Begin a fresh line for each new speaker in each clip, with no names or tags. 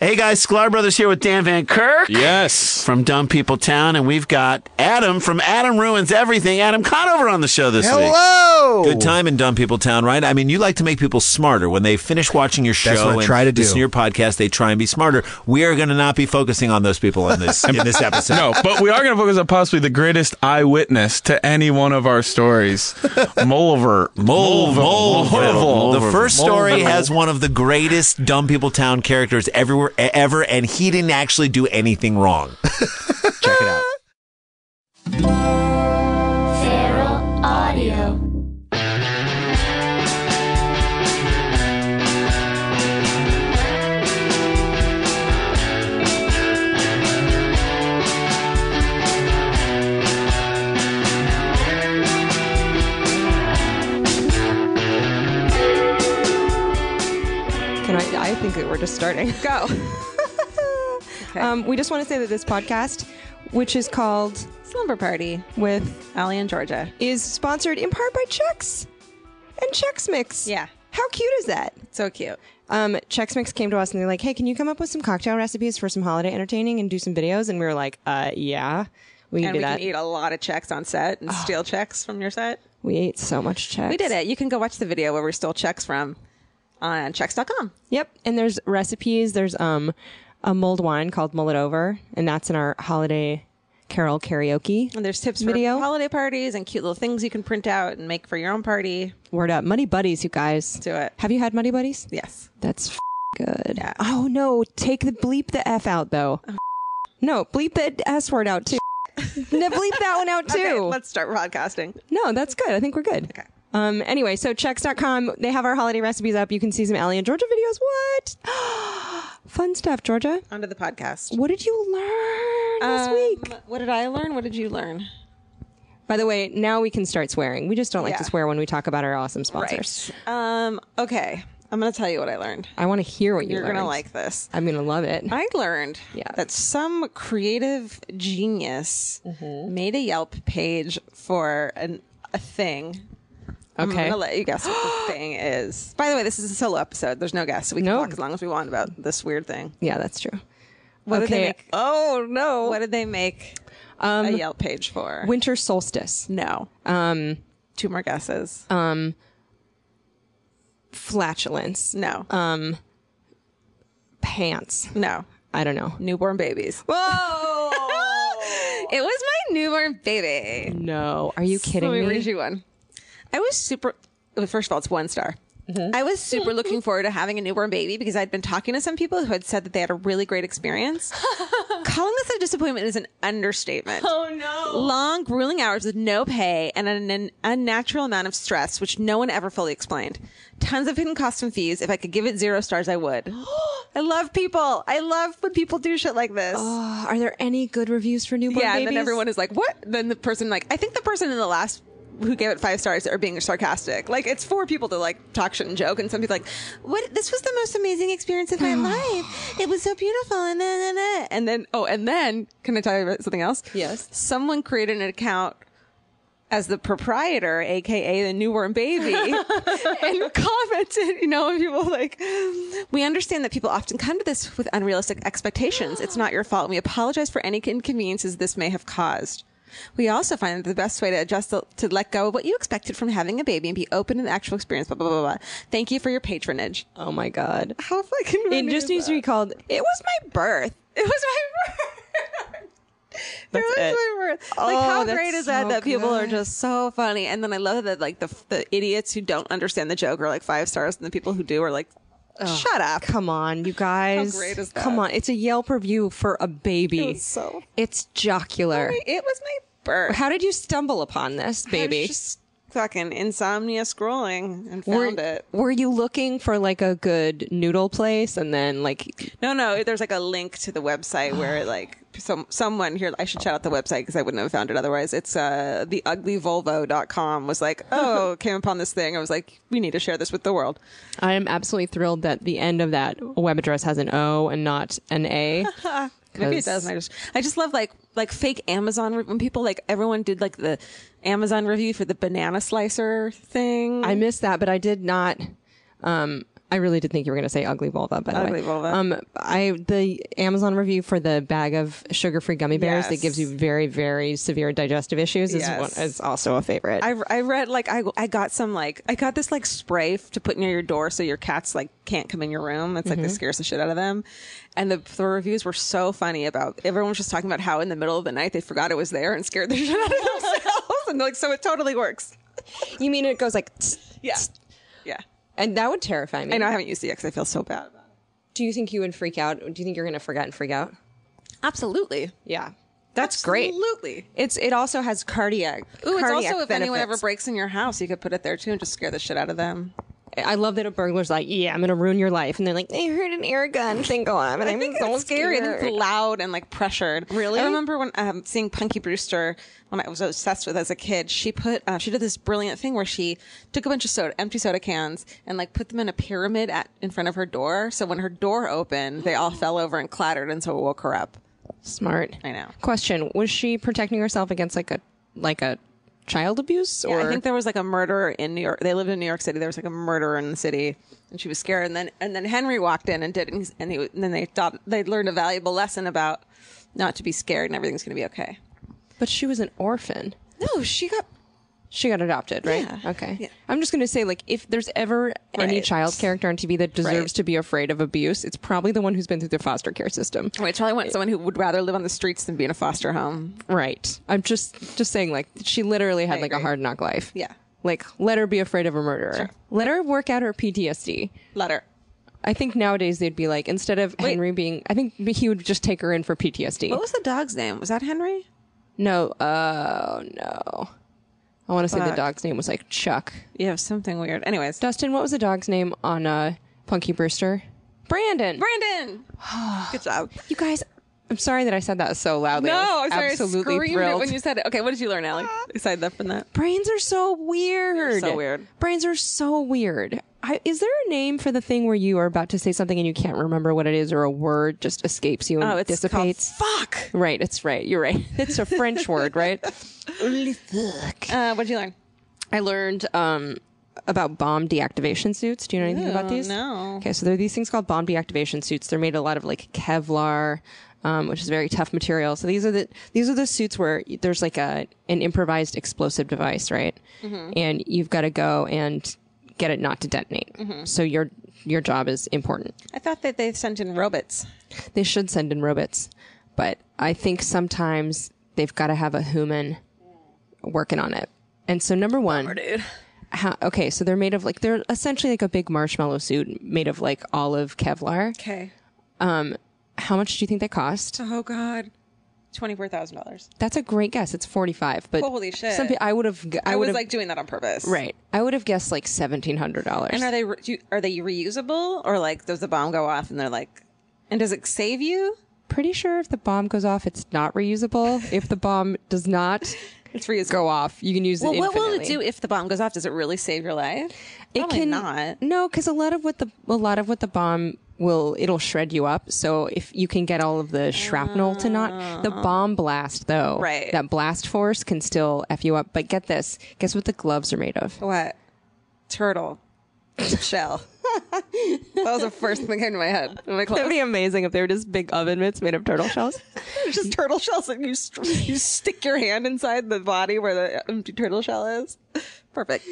Hey guys, Sklar Brothers here with Dan Van Kirk
Yes.
from Dumb People Town, and we've got Adam from Adam Ruins Everything, Adam Conover on the show this week.
Hello.
Good time in Dumb People Town, right? I mean, you like to make people smarter. When they finish watching your show
That's what I
and
try to do.
listen to your podcast, they try and be smarter. We are going to not be focusing on those people in this in this episode.
No, Oh, but we are going to focus on possibly the greatest eyewitness to any one of our stories, Mulver.
Mole, Mole,
Mulver.
The first story has one of the greatest Dumb People Town characters everywhere e-, ever, and he didn't actually do anything wrong. Check it out.
Feral Audio.
Can I? I think that we're just starting. Go. um, we just want to say that this podcast, which is called Slumber Party with uh,
Allie and Georgia.
is sponsored in part by Chex and Chex Mix.
Yeah.
How cute is that?
So cute.
Um, Chex Mix came to us and they're like, "Hey, can you come up with some cocktail recipes for some holiday entertaining and do some videos?" And we were like, "Uh, yeah, we can
And
do
we
that." Ah.
can eat a lot of checks on set and steal checks from your set.
we ate so much Chex.
We did it. You can go watch the video where we stole checks from on checks.com.
Yep. And there's recipes. There's um a mulled wine called Mull It Over, and that's in our holiday carol karaoke.
And there's tips
Video.
for holiday parties and cute little things you can print out and make for your own party.
Word up, Muddy Buddies, you guys.
Do it.
Have you had Muddy Buddies?
Yes.
That's f- good. Oh no, take the bleep the f out though.
Oh.
no, bleep the s word out too. no, bleep that one out too.
Okay, let's start podcasting.
No, that's good. I think we're good. Okay. Um, anyway, so checks.com, they have our holiday recipes up. You can see some Allie and Georgia videos. What? Fun stuff, Georgia.
Onto the podcast.
What did you learn this
Um,
week?
What did I learn? What did you learn?
By the way, now we can start swearing. We just don't like
Yeah.
to swear when we talk about our awesome sponsors.
Um, okay. I'm going to tell you what I learned.
I want to hear what you
You're going to
learned.
like this.
I'm gonna love it.
I learned
Yeah.
that some creative genius
Mm-hmm.
made a Yelp page for an, a thing. I'm
Okay.
going to let you guess what the thing is. By the way, this is a solo episode. There's no guests. We can
No.
talk as long as we want about this weird thing.
yeah, that's true.
What did they
Okay. Um,
make? Oh, no. What did they make a Yelp page for?
Winter solstice.
no. Um, Two more guesses.
uh, Flatulence.
no.
um, Pants.
no.
I don't know.
Newborn babies.
Whoa!
It was my newborn baby.
no. Are you kidding
Let me
me?
read you one. I was super. well, First of all, it's one star. I was super looking forward to having a newborn baby because I'd been talking to some people who had said that they had a really great experience. Calling this a disappointment is an understatement. Oh no! Long, grueling hours with no pay and an, an unnatural amount of stress, which no one ever fully explained. Tons of hidden costs and fees. If I could give it zero stars, I would. I love people. I love when people do shit like this
Uh, Are there any good reviews for newborn
yeah,
babies?
and then everyone is like, "What?" Then the person like, I think the person in the last who gave it five stars are being sarcastic. Like it's for people to like talk shit and joke, and some people are like, "What? This was the most amazing experience of my life. It was so beautiful." And then, and then, and then, oh, and then, can I tell you about something else?
Yes.
someone created an account. As the proprietor, aka the newborn baby, and commented, you know, and people like, we understand that people often come to this with unrealistic expectations. It's not your fault. and We apologize for any inconveniences this may have caused. We also find that the best way to adjust the, to let go of what you expected from having a baby and be open to the actual experience. Blah blah blah blah. Thank you for your patronage.
Oh my god.
How fucking
It
mean
just
is
needs to
that?
be called
It was my birth. It was my birth.
That's
it was
it.
my birth. Like
Oh,
how
that's
great is that?
so
that people are
good.
just so funny, and then I love that like the the idiots who don't understand the joke are like five stars, and the people who do are like, shut up.
Come on, you guys.
great is
Come
that?
on. It's a Yelp review for a baby.
It was so-
It's jocular.
It was my birth.
How did you stumble upon this,
I
baby?
was just fucking insomnia scrolling and
were,
found it.
were you looking for like a good noodle place and then like
No, no, there's like a link to the website where like some someone here I should shout out the website because I wouldn't have found it otherwise. It's uh theuglyvolvo.com was like, "Oh, came upon this thing." I was like, "We need to share this with the world."
I am absolutely thrilled that the end of that web address has an O and not an A.
Maybe
'Cause-
it does. and I just I just love like like fake Amazon re- when people like everyone did like the Amazon review for the banana slicer thing.
I missed that, but I did not um I really did think you were going to say ugly vulva, by the way.
Ugly vulva.
Um, I the Amazon review for the bag of sugar-free gummy bears
Yes.
that gives you very, very severe digestive issues is
Yes.
one, is also a favorite.
I, I read like I, I got some like I got this like spray f- to put near your door so your cats like can't come in your room. It's like this scares the shit out of them, and the, the reviews were so funny about everyone was just talking about how in the middle of the night they forgot it was there and scared the shit out of themselves. And like so, it totally works.
you mean it goes like, tss,
Yeah,
tss,
yeah.
and that would terrify me.
I know I haven't used it yet because I feel so bad about it.
Do you think you would freak out? Do you think you're going to forget and freak out?
Absolutely,
Yeah, that's great.
Absolutely.
It's it also has cardiac.
Ooh, it's
cardiac
also if anyone ever
benefits.
breaks in your house, you could put it there too and just scare the shit out of them.
I love that a burglar's like, yeah, I'm gonna ruin your life, and they're like, I heard an air gun single arm, and
I
I'm
think
so
it's scary. I think
scared.
it's loud and like pressured.
Really?
I remember when um, seeing Punky Brewster when I was obsessed with as a kid. She put uh, she did this brilliant thing where she took a bunch of soda, empty soda cans, and like put them in a pyramid at in front of her door. So when her door opened, they all fell over and clattered, and so it woke her up.
Smart.
I know.
Question: Was she protecting herself against like a like a child abuse or?
Yeah, I think there was like a murderer in New York. They lived in New York City. There was like a murderer in the city, and she was scared. And then and then Henry walked in and did, and, he's- and, he, was- and then they thought they learned a valuable lesson about not to be scared and everything's going to be okay.
but she was an orphan.
No, she got
She got adopted, right?
Yeah.
Okay.
Yeah.
I'm just gonna say, like, if there's ever any
Right.
child character on TV that deserves
Right.
to be afraid of abuse, it's probably the one who's been through the foster care system.
Wait, Charlie went someone who would rather live on the streets than be in a foster home.
Right. I'm just just saying, like, she literally had
I
like a
agree.
hard knock life.
Yeah.
Like, let her be afraid of a murderer. Let her work out her PTSD.
Let her.
I think nowadays they'd be like, instead of
Wait.
Henry being, I think he would just take her in for PTSD.
What was the dog's name? Was that Henry?
No, oh no. I want to say the
Fuck.
dog's name was like Chuck.
Yeah, it was something weird. Anyways,
Dustin, what was the dog's name on uh, Punky Brewster? Brandon.
Brandon. Good job.
you guys, I'm sorry that I said that so loudly. I was absolutely thrilled.
when you said it. Okay, what did you learn, Allie? Aside that from that,
Brains are so weird.
so weird.
Brains are so weird. I, is there a name for the thing where you are about to say something and you can't remember what it is, or a word just escapes you and
oh, it's
dissipates?
called fuck.
Right, it's right. You're right. It's a French word, right?
Uh, what did you learn?
I learned um, about bomb deactivation suits. Do you know anything about these?
no.
Okay, so there are these things called bomb deactivation suits. They're made of a lot of like Kevlar, um, which is very tough material. So these are the these are the suits where there's like a an improvised explosive device, right? And you've got to go and get it not to detonate. So your your job is important
I thought that they sent in robots.
they should send in robots, but I think sometimes they've got to have a human working on it. And so number one, how- okay, so they're made of like they're essentially like a big marshmallow suit made of like olive Kevlar.
Okay.
How much do you think that cost?
Oh God. Twenty four thousand dollars.
That's a great guess. It's forty five, but
Holy shit.
Some, pe- I would have. I,
I,
would
was
have.
like doing that on purpose.
right. I would have guessed like seventeen hundred dollars.
And are they re- do you, are they reusable or like does the bomb go off and they're like, and does it save you?
Pretty sure if the bomb goes off, it's not reusable. if the bomb does not
It's reusable.
go off, you can use
Well,
it.
what will it
infinitely.
do if the bomb goes off? Does it really save your life? Probably not.
No, because a lot of what the a lot of what the bomb will it'll shred you up. So if you can get all of the shrapnel to not the bomb blast though,
Right.
That blast force can still f you up. But get this, guess what the gloves are made of?
What? Turtle shell. that was the first thing that came to my head. Am I
That'd
close?
be amazing if they were just big oven mitts made of turtle shells.
Just turtle shells, and you st- you stick your hand inside the body where the empty turtle shell is. Perfect.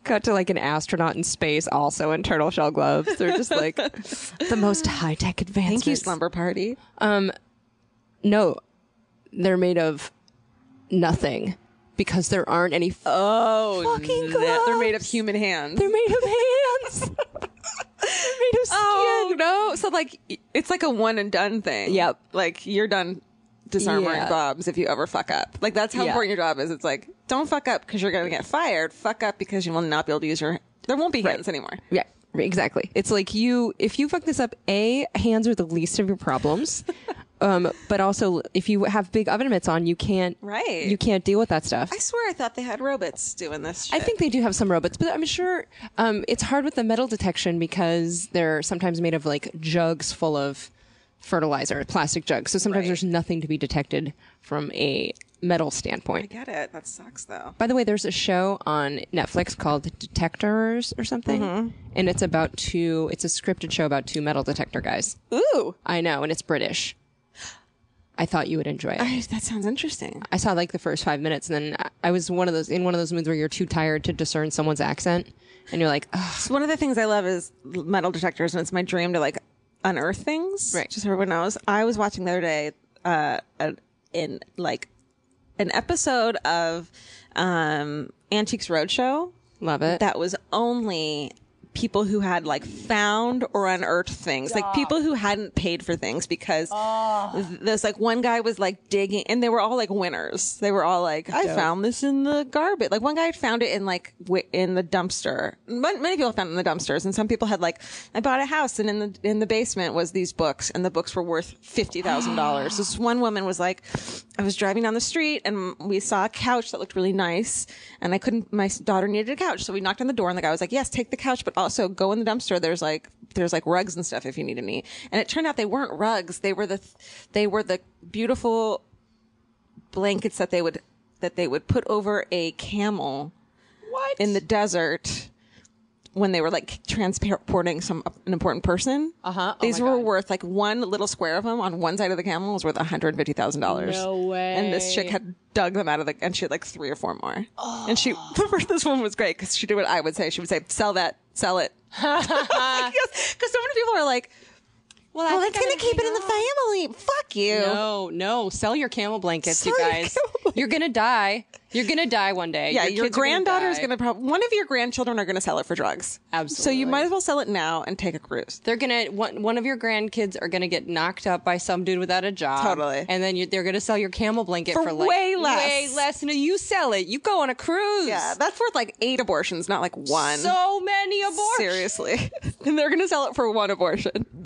Cut to like an astronaut in space, also in turtle shell gloves. They're just like the most high tech advancements.
Thank you, slumber party.
No, they're made of nothing because there aren't any
Oh,
fucking
that-
gloves.
they're made of human hands.
They're made of hands. They're made of skin.
oh no! So like, it's like a one and done thing.
Yep.
Like you're done disarming
Yeah.
bobs if you ever fuck up. Like that's how
Yeah.
important your job is. It's like don't fuck up because you're gonna get fired. Fuck up because you will not be able to use your. There won't be hands anymore.
Yeah, exactly. It's like you, if you fuck this up, A, hands are the least of your problems. um, but also, if you have big oven mitts on, you can't,
Right.
You can't deal with that stuff.
I swear I thought they had robots doing this.
I
shit.
think they do have some robots, but I'm sure um, it's hard with the metal detection because they're sometimes made of like jugs full of fertilizer, plastic jugs. So sometimes there's nothing to be detected from a metal standpoint.
Get it? That sucks though.
By the way, there's a show on Netflix called Detectors or something, and it's about two. It's a scripted show about two metal detector guys.
Ooh,
I know, and it's British. I thought you would enjoy it. I,
that sounds interesting.
saw like the first five minutes, and then I- I was one of those in one of those moods where you're too tired to discern someone's accent, and you're like, Ugh,
It's one of the things I love is metal detectors, and it's my dream to like unearth things.
Right.
Just so everyone knows. I was watching the other day uh, an- in like an episode of um, Antiques Roadshow
love it.
that was only people who had like found or unearthed things like people who hadn't paid for things because th- there's like one guy was like digging and they were all like winners they were all like i found this in the garbage like one guy had found it in like wi- in the dumpster Mon- many people found it in the dumpsters and some people had like i bought a house and in the in the basement was these books and the books were worth $50000 this one woman was like i was driving down the street and we saw a couch that looked really nice and i couldn't my s- daughter needed a couch so we knocked on the door and the guy was like yes take the couch but also go in the dumpster there's like there's like rugs and stuff if you need any and it turned out they weren't rugs they were the th- they were the beautiful blankets that they would that they would put over a camel what in the desert when they were like transporting some an important person uh-huh these were worth like one little square of them on one side of the camel was worth $150000 no way and this chick had dug them out of the and she had like three or four more and she this one was great because she did what i would say she would say sell that sell it because so many people are like well,
I think
that's
I
gonna
didn't
keep it in the family fuck you
No, no, sell your camel blankets, you
Sell your
guys.
camel blankets.
You're gonna die. You're gonna die one day.
Yeah, your,
kids are gonna
granddaughter is
die.
going to probably one of your grandchildren are going to sell it for drugs. So
Absolutely.
you might as well sell it now and take a cruise.
They're gonna one, one of your grandkids are gonna get knocked up by some dude without a job.
Totally.
And then you, they're gonna sell your camel blanket for,
For
like
way less.
Way less. No, you sell it. You go on a cruise.
Yeah, that's worth like eight abortions, not like one.
So many abortions.
Seriously, and they're going to sell it for one abortion.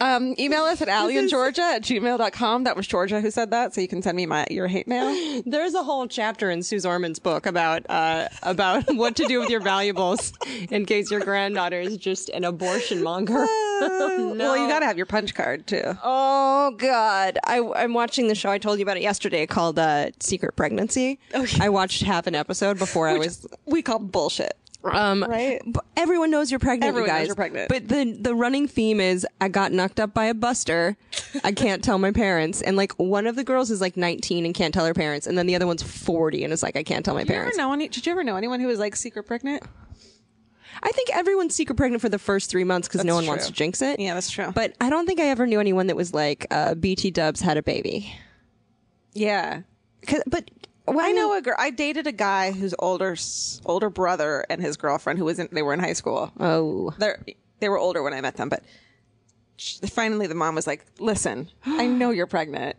um, email us at alleyandgeorgia at gmail.com. That was Georgia who said that, so you can send me my your hate mail.
There's a whole chapter in Suze Orman's book about uh, about what to do with your valuables in case your granddaughter is just an abortion monger.
Well, you got to have your punch card too.
Oh God! I, I'm watching the show. I told you about it yesterday, called uh, "Secret Pregnancy." I watched half an episode before I was.
Oh, We call bullshit.
Um,
Right.
b- everyone knows you're pregnant,
Everyone
you
knows
guys.
you're pregnant.
But the the running theme is I got knocked up by a buster. I can't tell my parents, and like one of the girls is like 19 and can't tell her parents, and then the other one's 40 and is like I can't tell my
You ever
parents.
know any, did you ever know anyone who was like secret pregnant?
I think everyone's secret pregnant for the first three months because no
That's
one wants
true.
to jinx it.
Yeah, that's true.
But I don't think I ever knew anyone that was like uh, BT Dubs had a baby.
Yeah,
'Cause- But well,
I know a girl. I dated a guy whose older s- older brother and his girlfriend, who was in, they were in high school.
Oh.
They're, they were older when I met them, but sh finally the mom was like, "Listen, I know you're pregnant,"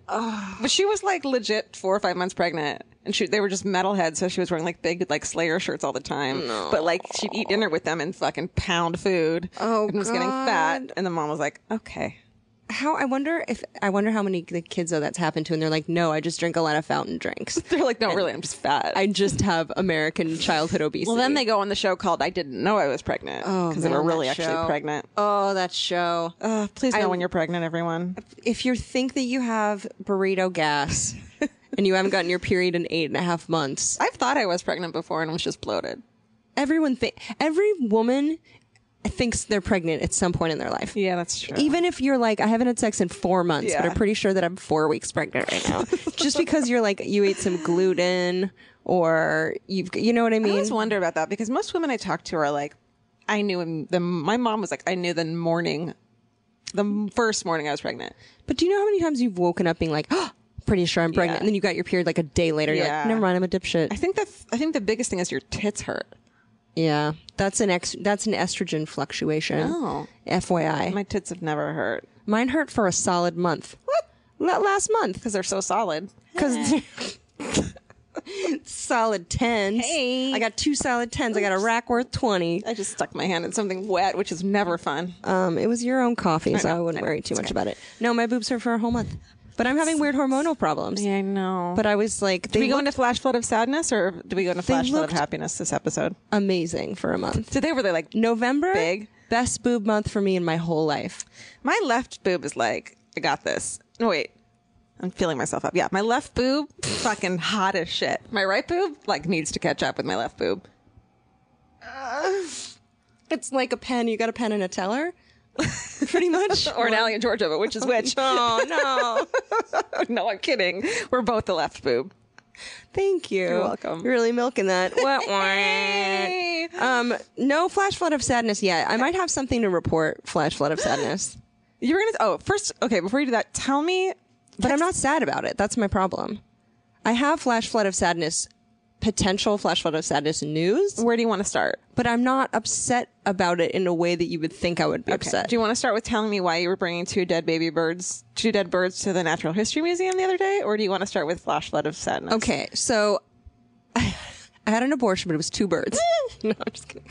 but she was like legit four or five months pregnant, and she they were just metalheads, so she was wearing like big like Slayer shirts all the time. But like she'd eat dinner with them and fucking pound food.
Oh,
and was getting fat, and the mom was like, "Okay."
how I wonder if I wonder how many the kids though that's happened to, and they're like, no, I just drink a lot of fountain drinks.
They're like, "No, really, I'm just fat."
I just have American childhood obesity.
well, then they go on the show called "I Didn't Know I Was Pregnant" because they
man,
were really
that
actually
show.
pregnant.
oh that show.
Uh, please know
I-
when you're pregnant, everyone.
If you think that you have burrito gas and you haven't gotten your period in eight and a half months,
I've thought I was pregnant before and was just bloated.
everyone think every woman thinks they're pregnant at some point in their life.
Yeah, that's true.
Even if you're like, I haven't had sex in four months, but
Yeah.
I'm pretty sure that I'm four weeks pregnant right now. Just because you're like, you ate some gluten or you've, you know what I
I
mean?
always wonder about that because most women I talk to are like, I knew him. The, my mom was like, I knew the morning, the first morning I was pregnant.
But do you know how many times you've woken up being like, oh, pretty sure I'm pregnant,
Yeah.
and then you got your period like a day later, and you're
Yeah.
like, never mind, I'm a dipshit.
I think that's. I think the biggest thing is your tits hurt.
yeah, that's an ex, that's an estrogen fluctuation.
Oh.
FYI,
My tits have never hurt
mine hurt for a solid month. What? last month,
because they're so solid.
because. solid tens.
Hey.
I got two solid tens. I got a rack worth twenty.
I just stuck my hand in something wet, which is never fun.
Um, it was your own coffee, so I
know,
wouldn't
I know.
worry too
It's
much
okay.
about it. No, my boobs hurt for a whole month, but I'm having weird hormonal problems.
I know. But
But I was like,
do
they
we go
look
into flash flood of sadness or do we go into flash flood of
looked-
happiness this episode?
amazing for a month.
Today were they like
November,
Big.
best boob month for me in my whole life.
My left boob is like, I got this. No, wait. I'm feeling myself up. Yeah, my left boob, fucking hot as shit. My right boob, like, needs to catch up with my left boob.
It's like a pen. You got a pen and a teller, pretty much. Oh,
Or an alley in Georgia, but which is which?
No, no.
no, I'm kidding. We're both the left boob.
Thank you. You're
welcome.
really milking that. What?
Hey.
um, no flash flood of sadness yet. I might have something to report. Flash flood of sadness,
You were gonna. Oh, first, okay. Before you do that, tell me.
but I'm not sad about it. That's my problem. I have flash flood of sadness, potential flash flood of sadness news,
Where do you want to start?
but I'm not upset about it in a way that you would think I would be upset.
Do you want to start with telling me why you were bringing two dead baby birds, two dead birds, to the Natural History Museum the other day, or do you want to start with flash flood of sadness?
Okay, so I had an abortion, but it was two birds. no, I'm just kidding.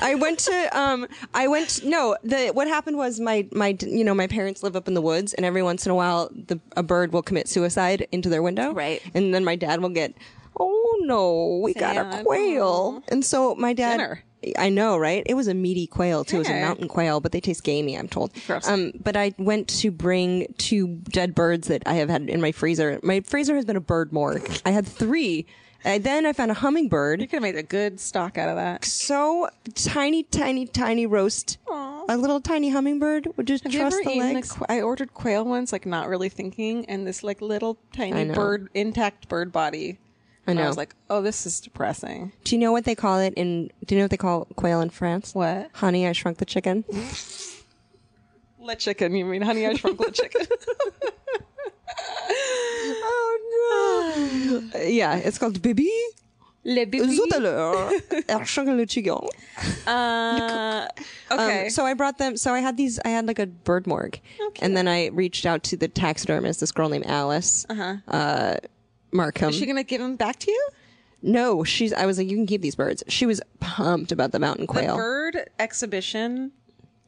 I went to um, I went no. The what happened was my my you know my parents live up in the woods, and every once in a while, the a bird will commit suicide into their window,
Right.
And then my dad will get, oh no, we got a
Sad.
quail, and so my dad.
Dinner.
I know, right? It was a meaty quail too. It was a
Okay.
mountain quail, but they taste gamey, I'm told.
Gross.
Um, but I went to bring two dead birds that I have had in my freezer. My freezer has been a bird morgue. I had three. And then I found a hummingbird.
You could have made a good stock out of that.
So tiny, tiny, tiny roast. A little tiny hummingbird would just
Have you
trust
ever
the
eaten a
legs.
qu- I ordered quail once, like not really thinking, and this like little
I
tiny
know.
bird, intact bird body.
I
And I
know.
was like, oh, this is depressing.
do you know what they call it in? Do you know what they call quail in France?
What?
Honey, I shrunk the chicken.
Le chicken, you mean? Honey, I shrunk the chicken. oh
Uh, yeah, it's called baby.
no, le baby.
Tout à l'heure, I shrunk le chicken.
Uh, okay. Oh,
Um, so I brought them. So I had these. I had like a bird morgue, and then I reached out to the taxidermist, this girl named Alice uh Markham.
Uh-huh. is she gonna give them back to you?
no, she's. I was like, you can keep these birds. She was pumped about the mountain quail.
The bird exhibition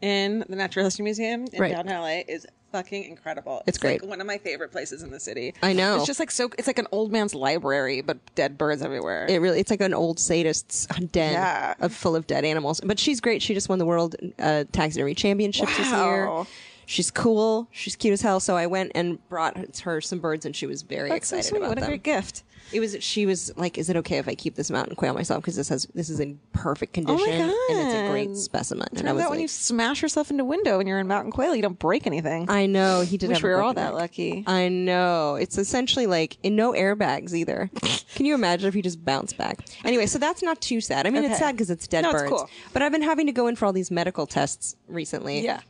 in the Natural History Museum in
Right.
downtown LA is fucking incredible.
It's
like,
great.
one of my favorite places in the city.
I know.
It's just like so. It's like an old man's library, but dead birds everywhere.
it really, it's like an old sadist's den
Yeah.
of full of dead animals. But she's great. She just won the world uh, taxidermy championships this year.
Wow.
She's cool. She's cute as hell. So I went and brought her some birds, and she was very
That's so
excited
sweet.
about
What a
them.
great gift.
It was. She was like, "Is it okay if I keep this mountain quail myself? Because this has this is in perfect condition and it's a great
Oh God.
specimen." And I
Remember
was
that
like,
when you smash yourself into window and you're in Mountain Quail, you don't break anything.
"I know he did."
Wish
have a
we were all
broken
that
neck.
lucky.
I know. It's essentially like and no airbags either. Can you imagine if you just bounce back? Anyway, so that's not too sad. I mean, it's
Okay.
sad because it's dead
No, it's
birds.
cool.
But I've been having to go in for all these medical tests recently.
yeah.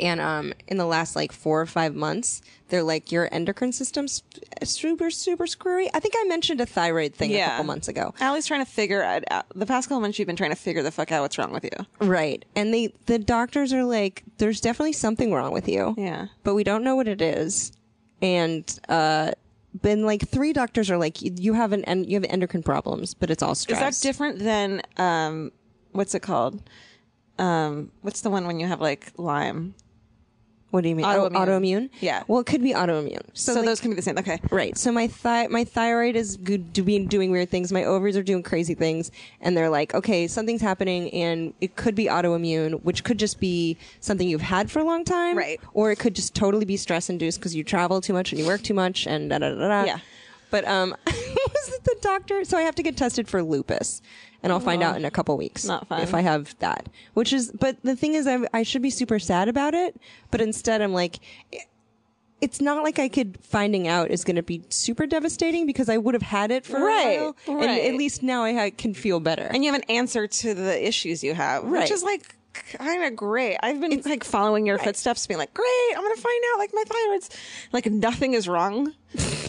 and um in the last like four or five months they're like your endocrine system's super super screwy i think i mentioned a thyroid thing a
Yeah.
couple months ago
Allie's trying to figure it out. The past couple months, you've been trying to figure the fuck out what's wrong with you.
right and they the doctors are like there's definitely something wrong with you
Yeah.
but we don't know what it is and uh been like three doctors are like "You- you have an en- you have endocrine problems but it's all
Is
stress
that different than um, what's it called? Um, what's the one when you have like Lyme?
what do you mean Oh,
Autoimmune.
autoimmune
Yeah.
well it could be autoimmune so,
So,
like,
those can be the same. Okay.
Right. So my thi- my thyroid is good doing doing weird things. My ovaries are doing crazy things, and they're like, okay, something's happening, and it could be autoimmune, which could just be something you've had for a long time,
Right.
Or it could just totally be stress induced because you travel too much and you work too much and da da da da.
Yeah.
But um, was it the doctor? So I have to get tested for lupus, and I'll find out in a couple weeks
Not fun.
if I have that. Which is, but the thing is, I, I should be super sad about it, but instead I'm like, it's not like I could finding out is going to be super devastating because I would have had it for
Right,
a while, and
right.
at least now I ha- can feel better.
And you have an answer to the issues you have,
Right.
which is like kind of great. I've been like following your footsteps, being like, great, I'm going to find out like my thyroid's like nothing is wrong.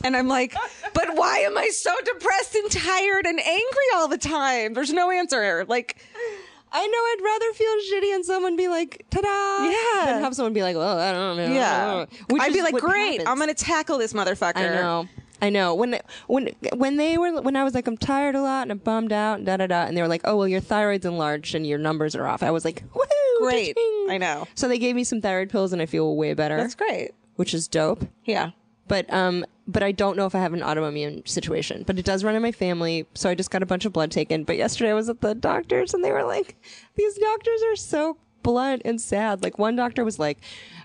and I'm like, but why am I so depressed and tired and angry all the time? There's no answer. Like,
I know I'd rather feel shitty and someone be like, "Ta-da!"
Yeah.
than have someone be like, "Well, I don't know."
yeah.
Oh. Which
I'd be
is
like,
what
great,
happens.
I'm going to tackle this motherfucker.
I know. I know. When when when they were when I was like I'm tired a lot and I'm bummed out and da da da and they were like oh well your thyroid's enlarged and your numbers are off I was like woohoo
Great.
cha-ching.
I know.
so they gave me some thyroid pills and I feel way better
That's great.
which is dope
Yeah.
but um but I don't know if I have an autoimmune situation. But it does run in my family, so I just got a bunch of blood taken. But yesterday I was at the doctors and they were like, These doctors are so blunt and sad. Like one doctor was like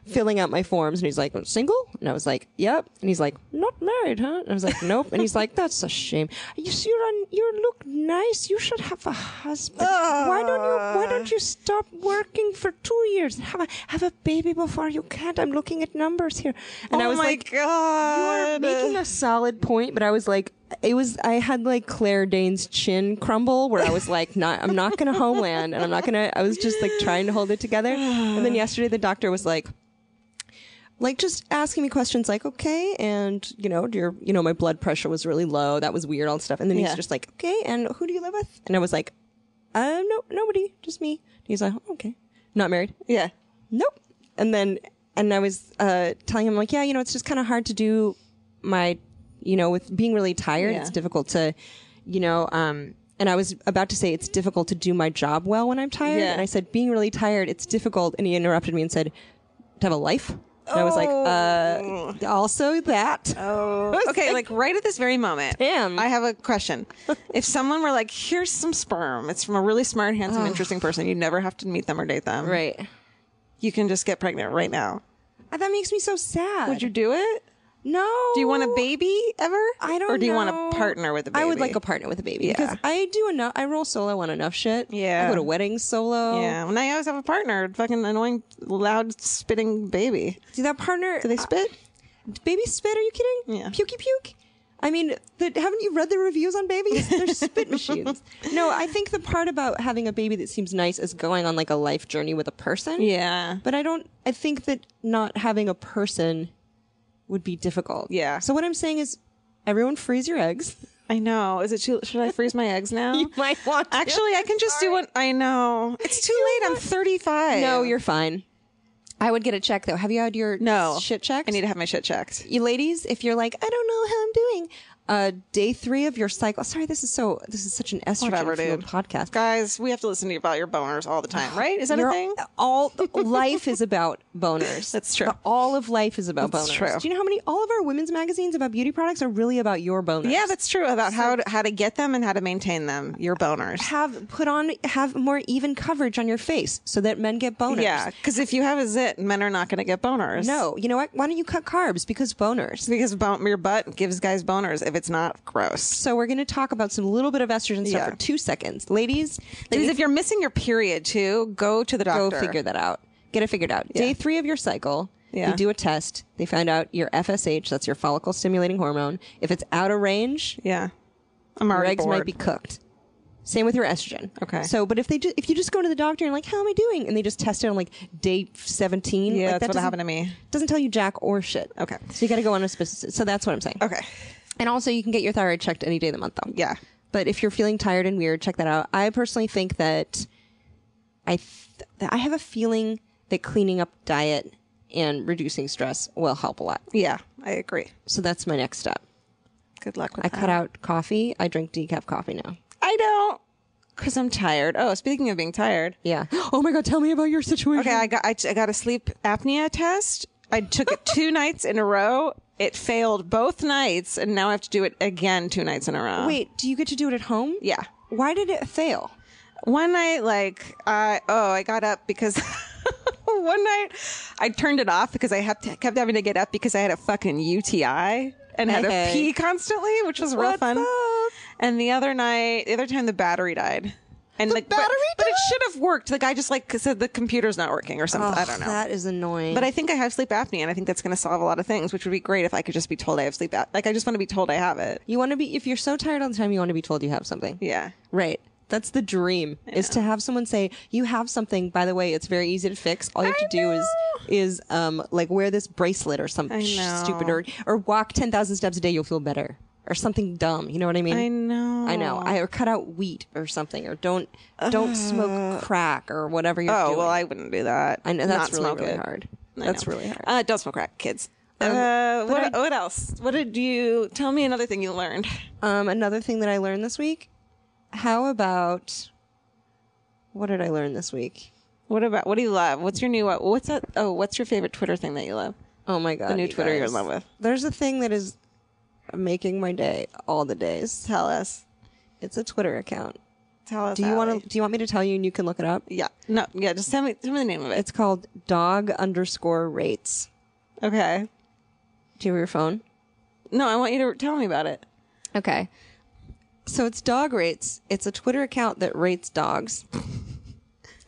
filling out my forms and he's like, single? And I was like, yep. And he's like, not married, huh? And I was like, nope. And he's like, that's a shame. You see, you're on, you look nice. You should have a husband. Why don't you, why don't you stop working for two years and have a, have a baby before you can't? I'm looking at numbers here. And
Oh
I was like,
God.
you are making a solid point, but I was like, it was. I had like Claire Danes' chin crumble, where I was like, not, I'm not gonna homeland, and I'm not gonna. I was just like trying to hold it together. And then yesterday, the doctor was like, like just asking me questions, like, okay, and you know, your, you know, my blood pressure was really low. That was weird, all this stuff. And then
Yeah.
he's just like, okay, and who do you live with? And I was like, uh, no, nobody, just me. And he's like, oh, okay, not married
yeah.
nope. And then, and I was uh, telling him like, yeah, you know, it's just kind of hard to do my, you know, with being really tired,
Yeah.
it's difficult to, you know, um, and I was about to say it's difficult to do my job well when I'm tired.
Yeah.
And I said, being really tired, it's difficult. And he interrupted me and said, to have a life. And I was like, uh, also that. Oh,
Okay, like right at this very moment,
Damn.
I have a question. if someone were like, "Here's some sperm. It's from a really smart, handsome, interesting person. You never have to meet them or date them.
right.
You can just get pregnant right now.
That makes me so sad.
Would you do it?
No.
Do you want a baby ever?
I don't.
Or do you want
know.
a partner with a baby?
I would like a partner with a baby
Yeah.
because I do enough. I roll solo on enough shit.
Yeah.
I go to weddings solo.
Yeah. Well, now you always have a partner. Fucking annoying, loud, spitting baby. Uh,
Do that partner?
Do they spit?
baby spit? Are you kidding?
Yeah.
Pukey puke. I mean, the, haven't you read the reviews on babies? They're spit machines. No, I think the part about having a baby that seems nice is going on like a life journey with a person.
Yeah.
But I don't. I think that not having a person would be difficult.
Yeah.
So what I'm saying is, everyone freeze your eggs.
I know. Is it too? Should I freeze my eggs now?
You might want to.
Actually, I can just do what I know. It's too late. I'm 35.
No, you're fine. I would get a check though. Have you had your
no
shit checked?
I need to have my shit checked.
you ladies, if you're like, I don't know how I'm doing, uh, day three of your cycle. Sorry, this is so this is such an
Whatever,
estrogen
dude.
filled podcast.
Guys, we have to listen to you about your boners all the time, right? Is that
You're-
a thing?
All life is about boners.
That's true.
But all of life is about
That's
boners.
true.
Do you know how many all of our women's magazines about beauty products are really about your boners?
Yeah, that's true about how to, how to get them and how to maintain them. Your boners.
have put on have more even coverage on your face so that men get boners.
Yeah, because if you have a zit, men are not going to get boners.
No, you know what? Why don't you cut carbs because boners?
because bon- your butt gives guys boners if it's not gross.
So we're going to talk about some little bit of estrogen stuff
Yeah.
for two seconds, ladies.
Because if you're missing your period too, go to the
go
doctor.
figure that out, get it figured out. Day three of your cycle,
Yeah.
they do a test. They find out your FSH, that's your follicle stimulating hormone. If it's out of range,
Yeah, I'm
your
already
eggs
bored.
might be cooked. Same with your estrogen.
Okay.
So, but if they ju- if you just go to the doctor and like, how am I doing? And they just test it on like day seventeen. like,
Yeah, that's
that
what
doesn't-
happened to me.
Doesn't tell you jack or shit.
Okay.
So you got to go on a specific. So that's what I'm saying.
okay.
And also, you can get your thyroid checked any day of the month, though.
Yeah.
But if you're feeling tired and weird, check that out. I personally think that I th- that I have a feeling that cleaning up diet and reducing stress will help a lot.
Yeah, I agree.
So that's my next step.
Good luck with
I
that.
cut out coffee. I drink decaf coffee now.
I don't, because I'm tired. Oh, speaking of being tired,
Yeah. Oh my god, tell me about your situation.
okay, I got I, I got a sleep apnea test. I took it two nights in a row. It failed both nights, and now I have to do it again two nights in a row.
Wait, do you get to do it at home?
Yeah.
Why did it fail?
one night like i oh i got up because one night i turned it off because i had to, kept having to get up because i had a fucking uti and had to
Hey.
pee constantly which was real
What's
fun
up?
and the other night the other time the battery died and the like but-
battery
but, it
died?
should have worked the guy just like said the computer's not working or something i
Ugh,
don't know
That is annoying.
but I think I have sleep apnea, and I think that's going to solve a lot of things, which would be great if I could just be told I have sleep apnea. Like, I just want to be told I have it.
you want to be if you're so tired all the time, you want to be told you have something.
Yeah.
Right. That's the dream is to have someone say, "You have something." By the way, it's very easy to fix. All you have
I
to do is is um like wear this bracelet or
I
something stupid
know.
or or walk 10,000 steps a day, you'll feel better or something dumb. You know what I mean?
I know.
I know. I or cut out wheat or something or don't don't smoke crack or whatever you're
Uh. Oh,
doing.
well, I wouldn't do that.
I know that's
Not
really
smoke
really
it.
hard.
I
That's
know.
really hard.
Uh, don't smoke crack, kids.
Um,
uh,
but
what,
I-
what else? What did you tell me? Another thing you learned?
Um, another thing that I learned this week. How about what did I learn this week?
What about what do you love? What's your new what's that? Oh, what's your favorite Twitter thing that you love?
Oh my god!
new
you
Twitter you're in
guys.
love with.
There's a thing that is making my day all the days.
Tell us.
It's a Twitter account
Tell us.
Do you
want
want to? Do you want me to tell you and you can look it up?
Yeah. No. Yeah. Just tell me. Tell me the name of it.
It's called dog underscore rates.
Okay.
Do you have your phone?
No, I want you to tell me about it.
Okay. So it's dog rates. It's a Twitter account that rates dogs.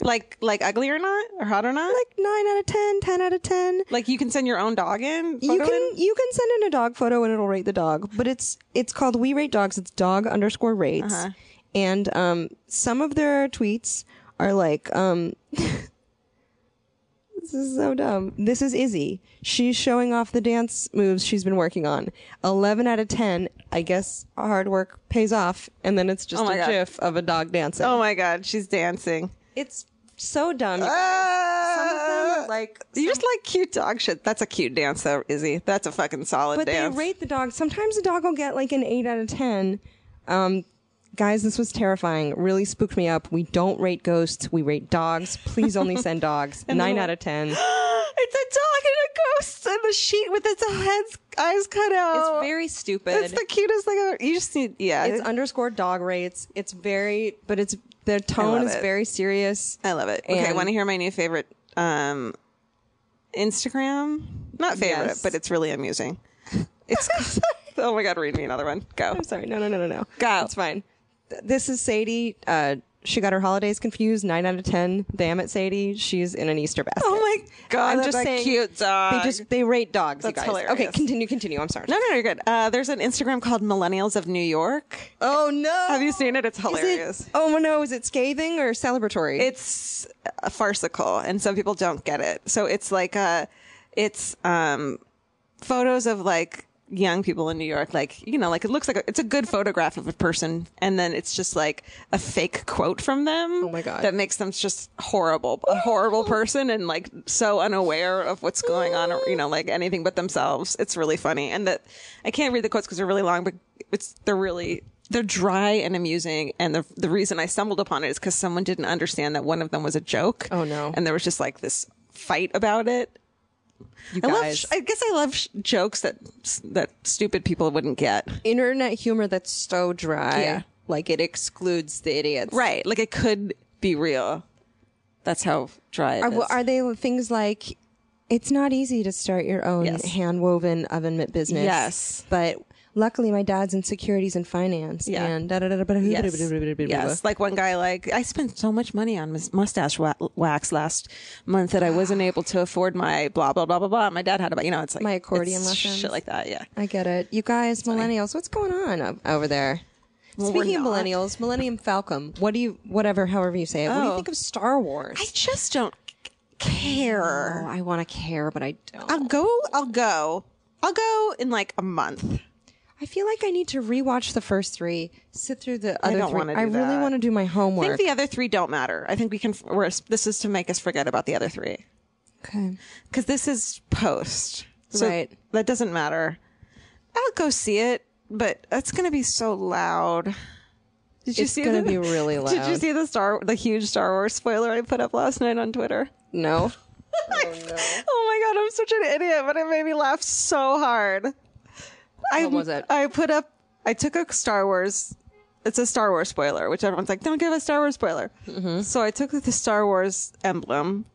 Like, like ugly or not, or hot or not. Like,
Nine out of ten, ten out of ten.
you can send your own dog in.
you
photo
can
in?
you can send in a dog photo and it'll rate the dog but it's it's called we rate dogs it's dog underscore rates
Uh-huh.
and um some of their tweets are like um this is so dumb this is izzy she's showing off the dance moves she's been working on 11 out of 10 i guess hard work pays off and then it's just
Oh my
a
God.
gif of a dog dancing
Oh my Ah! god, she's dancing.
it's so dumb you guys. some of them
Ah!
are like
You just like cute dog shit. That's a cute dance, though, Izzy. That's a fucking solid
but
dance.
they rate the dog. Sometimes the dog will get like an eight out of ten. Um, guys, this was terrifying. Really spooked me up. We don't rate ghosts. We rate dogs. Please only send dogs. Nine out of ten.
it's a dog and a ghost and the sheet with its head's eyes cut out.
It's very stupid.
That's the cutest thing I've ever. You just need, yeah.
it's underscore dog rates. It's very, but it's the tone
love
is
it.
very serious.
I love it. Okay,
And-
want to hear my new favorite um, Instagram? Not favorite,
Yes.
but it's really amusing. It's oh my god, read me another one. Go.
I'm sorry. No, no, no, no, no.
Go.
It's fine. Th- This is Sadie. Uh, she got her holidays confused. Nine out of ten. Damn it, Sadie. She's in an Easter basket.
Oh my god,
I'm just saying.
cute dog.
They just they rate dogs.
That's
you guys. Okay,
hilarious.
continue, continue. I'm sorry.
no, no, you're good. Uh, there's an Instagram called Millennials of New York.
Oh no!
Have you seen it? It's
Is it-
hilarious.
oh no! Is it scathing or celebratory?
it's uh, farcical and some people don't get it so it's like uh it's um photos of like young people in new york like you know like it looks like a, it's a good photograph of a person and then it's just like a fake quote from them oh
my God.
that makes them just horrible a horrible person and like so unaware of what's going on or you know like anything but themselves it's really funny and that i can't read the quotes because they're really long but it's they're really they're dry and amusing and the the reason i stumbled upon it is because someone didn't understand that one of them was a joke
Oh, no.
and there was just like this fight about it
you
I
guys.
love. sh- I guess I love sh- jokes that that stupid people wouldn't get.
internet humor that's so dry,
Yeah.
like it excludes the idiots.
Right. Like it could be real. That's how dry it
Are,
is.
well, are they things like? It's not easy to start your own
Yes.
hand woven oven mitt business.
Yes.
but luckily my dad's in securities and finance.
Yeah.
and da da da da.
yes. yes. Like one guy, like I spent so much money on mus- mustache wa- wax last month that I wasn't able to afford my blah blah blah blah blah. My dad had about you know it's like
My accordion
it's
lessons.
shit like that. Yeah.
I get it. You guys, millennials, what's going on o- over there?
we're
Speaking of
not.
millennials, Millennium Falcon. What do you, whatever, however you say it, what do you
Oh.
think of Star Wars?
I just don't c- care.
Oh, I want to care, but I don't.
I'll go. I'll go. I'll go in like a month.
I feel like I need to rewatch the first three, sit through the other
don't
three.
wanna do
I really
that.
want to do my
I
homework.
think the other three don't matter. I think we can. We're, this is to make us forget about the other three
okay.
because this is post, so
Right.
That doesn't matter. I'll go see it, but that's going to be so loud. Did you
It's
see?
gonna
the-
be really
Did you
loud.
see the star, the huge Star Wars spoiler I put up last night on Twitter?
No.
Oh my god, I'm such an idiot, but it made me laugh so hard. I,
was it?
I put up. I took a Star Wars. It's a Star Wars spoiler, which everyone's like, "Don't give a Star Wars spoiler."
Mm-hmm.
So I took the Star Wars emblem,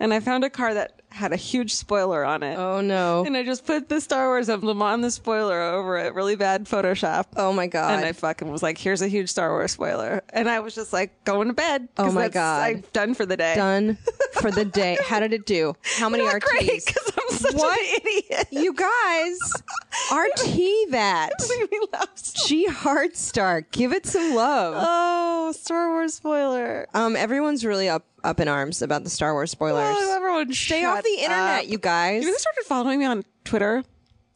and I found a car that had a huge spoiler on it,
Oh no.
and I just put the Star Wars emblem on the spoiler over it, really bad Photoshop.
Oh my god.
And I fucking was like, "Here's a huge Star Wars spoiler," and I was just like, going to bed.
Oh
'cause
my
that's-
God.
I'm done for the day.
Done for the day. How did it do? How many
Not
RTs?
great because I'm such an idiot.
You guys, RT that.
made me laugh so-
G Heartstar, give it some love.
Oh, Star Wars spoiler.
Um, everyone's really up up in arms about the Star Wars spoilers.
Oh, everyone,
Stay off the internet, you guys.
You know who started following me on Twitter?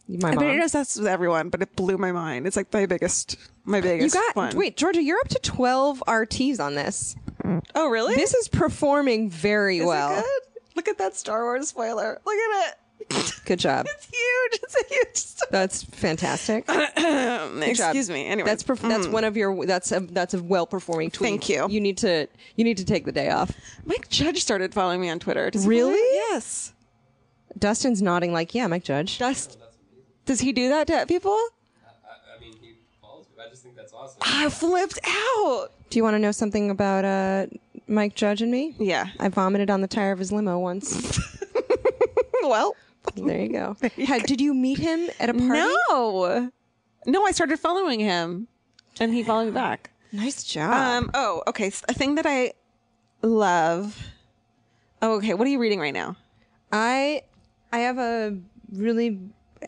My
I mean, I
mom.
guess that's with everyone, but it blew my mind. It's like my biggest, my
You
biggest
got
one.
wait, Georgia, you're up to twelve RTs on this.
Oh, really?
This is performing very
Is it
well.
good? Look at that Star Wars spoiler. Look at it.
Good job.
It's huge. It's a huge. Star-
That's fantastic. Good job.
Excuse me. Anyway,
that's perf- that's one of your that's a that's a well performing tweet.
Mm. Thank you.
You need to you need to take the day off.
Mike Judge started following me on Twitter. Does he
Really?
follow you? Yes.
Dustin's nodding like, yeah, Mike Judge.
Dust. Does he do that to people?
I mean, he follows me I just think that's awesome.
I flipped out.
Do you want to know something about uh, Mike Judge and me?
Yeah.
I vomited on the tire of his limo once.
Well,
there you go. Had- did you meet him at a party?
no, no. I started following him, and he followed me back.
Nice job.
Um. Oh, okay. s- A thing that I love. Oh, okay. What are you reading right now?
I I have a really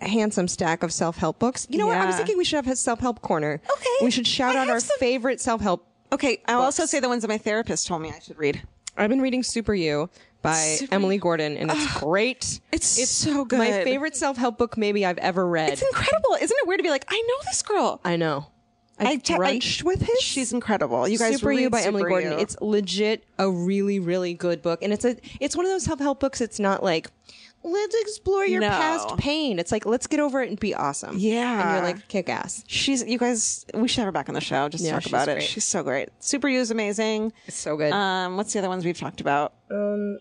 handsome stack of self help books. You know what? I was
Yeah.
thinking we should have a self help corner.
Okay.
We should shout
I
out
have
our
some-
favorite self help.
Okay. I'll also
Books.
say the ones that my therapist told me I should read.
I've been reading Super You by
Super
Emily Gordon, and it's great.
It's so
My
good.
favorite self help book maybe I've ever read.
It's incredible. Isn't it weird to be like, I know this girl.
I know. I,
te-
brunched with his.
She's incredible. You guys
Super
read
You by
Super
Emily Gordon.
You.
It's legit a really really good book, and it's a it's one of those self help books. It's not like let's explore your
No.
past pain. It's like let's get over it and be awesome.
Yeah.
and you're like kick ass.
she's you guys. We should have her back on the show just to
Yeah,
talk
she's
about it.
great.
She's so great. Super You is amazing.
So good.
Um, what's the other ones we've talked about?
um.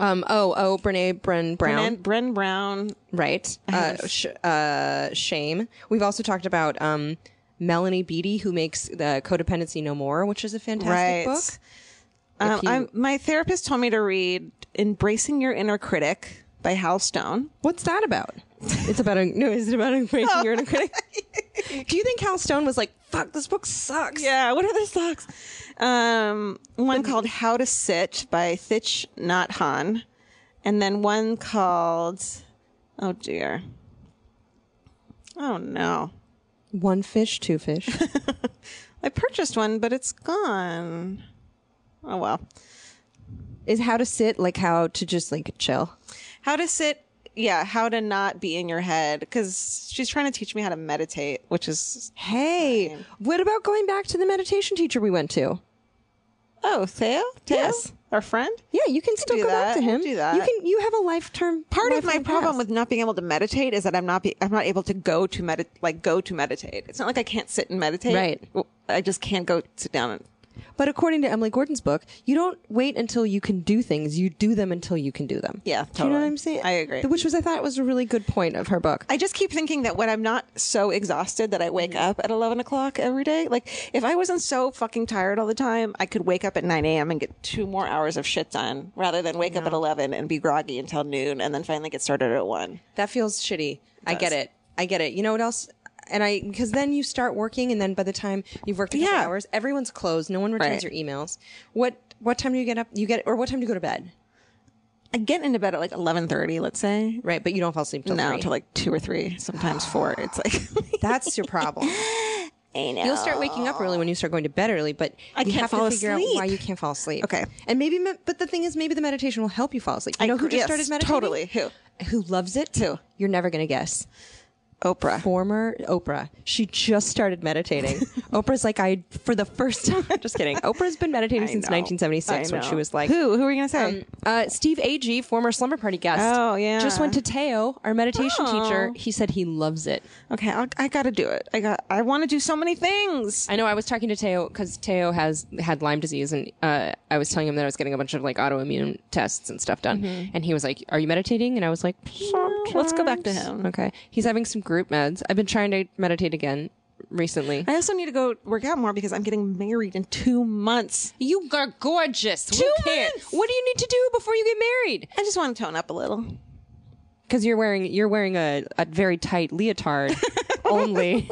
Oh. Oh. Brene Bren Brown.
Bren, Bren Brown.
Right. Uh, sh- uh. Shame. We've also talked about um. Melanie Beatty, who makes the Codependency No More, which is a fantastic
Right.
book.
Um,
you-
I'm, my therapist told me to read "Embracing Your Inner Critic" by Hal Stone.
What's that about? It's about a no. Is it about embracing your inner critic? Do you think Hal Stone was like, "Fuck, this book sucks"?
Yeah, what are the socks? Um, one called How to Sit by Thich Nhat Hanh, and then one called Oh dear. Oh no.
One fish, two fish.
I purchased one, but it's gone. Oh well.
is how to sit like how to just like chill.
How to sit yeah, how to not be in your head because she's trying to teach me how to meditate, which is
Hey, what about going back to the meditation teacher we went to?
oh Theo, Theo?
Yes.
our friend.
Yeah, you can still
do
go back
that.
to
We'll
him.
do that.
You can. You have a lifetime
part of my
lifelong
problem
task.
with not being able to meditate is that I'm not be, I'm not able to go to medit like go to meditate. It's not like I can't sit and meditate.
Right.
Well, I just can't go sit down and
But according to Emily Gordon's book, you don't wait until you can do things. You do them until you can do them.
Yeah,
Do you know what
totally.
I'm saying?
I agree.
Which was I thought was a really good point of her book.
I just keep thinking that when I'm not so exhausted that I wake
Mm-hmm.
up at 11 o'clock every day, like if I wasn't so fucking tired all the time, I could wake up at 9 a.m. and get two more hours of shit done rather than wake up at 11 and be groggy until noon and then finally get started at 1.
That feels shitty. I get it. I get it. You know what else? And I, because then you start working, and then by the time you've worked a couple
Yeah.
hours, everyone's closed. No one returns
Right.
your emails. What what time do you get up? You get or what time do you go to bed?
I get into bed at like 11.30, let's say.
Right, but you don't fall asleep till
Now
three.
to like 2 or 3, sometimes 4. It's like...
That's your problem.
I know.
You'll start waking up early when you start going to bed early, but
I
you
can't
have to
fall
figure out
asleep.
why you can't fall asleep.
Okay.
and maybe, me- but the thing is, maybe the meditation will help you fall asleep. You
I
know who
agree.
just
Yes,
started meditating?
Totally. Who?
Who loves it?
Who?
You're never gonna guess.
Oprah.
former Oprah. She just started meditating. Oprah's like I for the first time. Just kidding. Oprah's been meditating since
know.
1976
I
when she
know.
was like
Who? Who are you gonna say?
Um, uh, Steve Agee, former Slumber Party guest.
Oh, yeah.
Just went to Teo, our meditation
Oh.
teacher. He said he loves it.
okay, I'll, I got to do it. I got. I want to do so many things.
I know. I was talking to Teo because Teo has had Lyme disease, and uh, I was telling him that I was getting a bunch of like autoimmune tests and stuff done, and he was like, "Are you meditating?" And I was like,
Let's go back to him.
"Okay." He's having some group meds. I've been trying to meditate again recently.
I also need to go work out more because I'm getting married in two months.
You are gorgeous. Two
Two months.
What do you need to do before you get married?
I just want to tone up a little.
Because you're wearing you're wearing a, a very tight leotard only,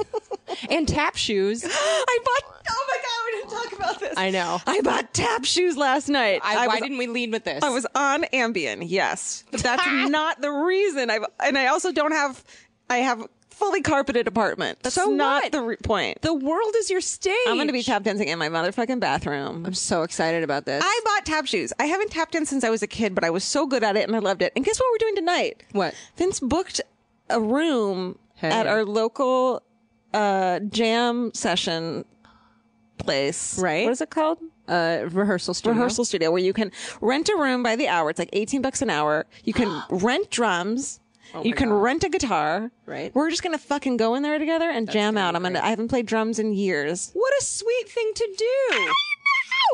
and tap shoes.
I bought. Oh my god, we didn't talk about this.
I know.
I bought tap shoes last night.
I, why
was-
didn't we lead with this?
I was on Ambien, yes. But that's not the reason. I've and I also don't have. I have fully carpeted apartment. That's
So
not
what?
the re- point.
the world is your stage.
I'm going to be tap dancing in my motherfucking bathroom.
I'm so excited about this.
I bought tap shoes. I haven't tapped in since I was a kid, but I was so good at it and I loved it. And guess what we're doing tonight?
What?
Vince booked a room
Hey.
at our local uh, jam session place.
Right.
What is it called?
uh, rehearsal studio.
Rehearsal studio where you can rent a room by the hour. It's like 18 bucks an hour. You can rent drums. you can rent a guitar.
Oh Right.
We're just gonna fucking go in there together and jam out. I'm gonna. I haven't played drums in years.
What a sweet thing to do.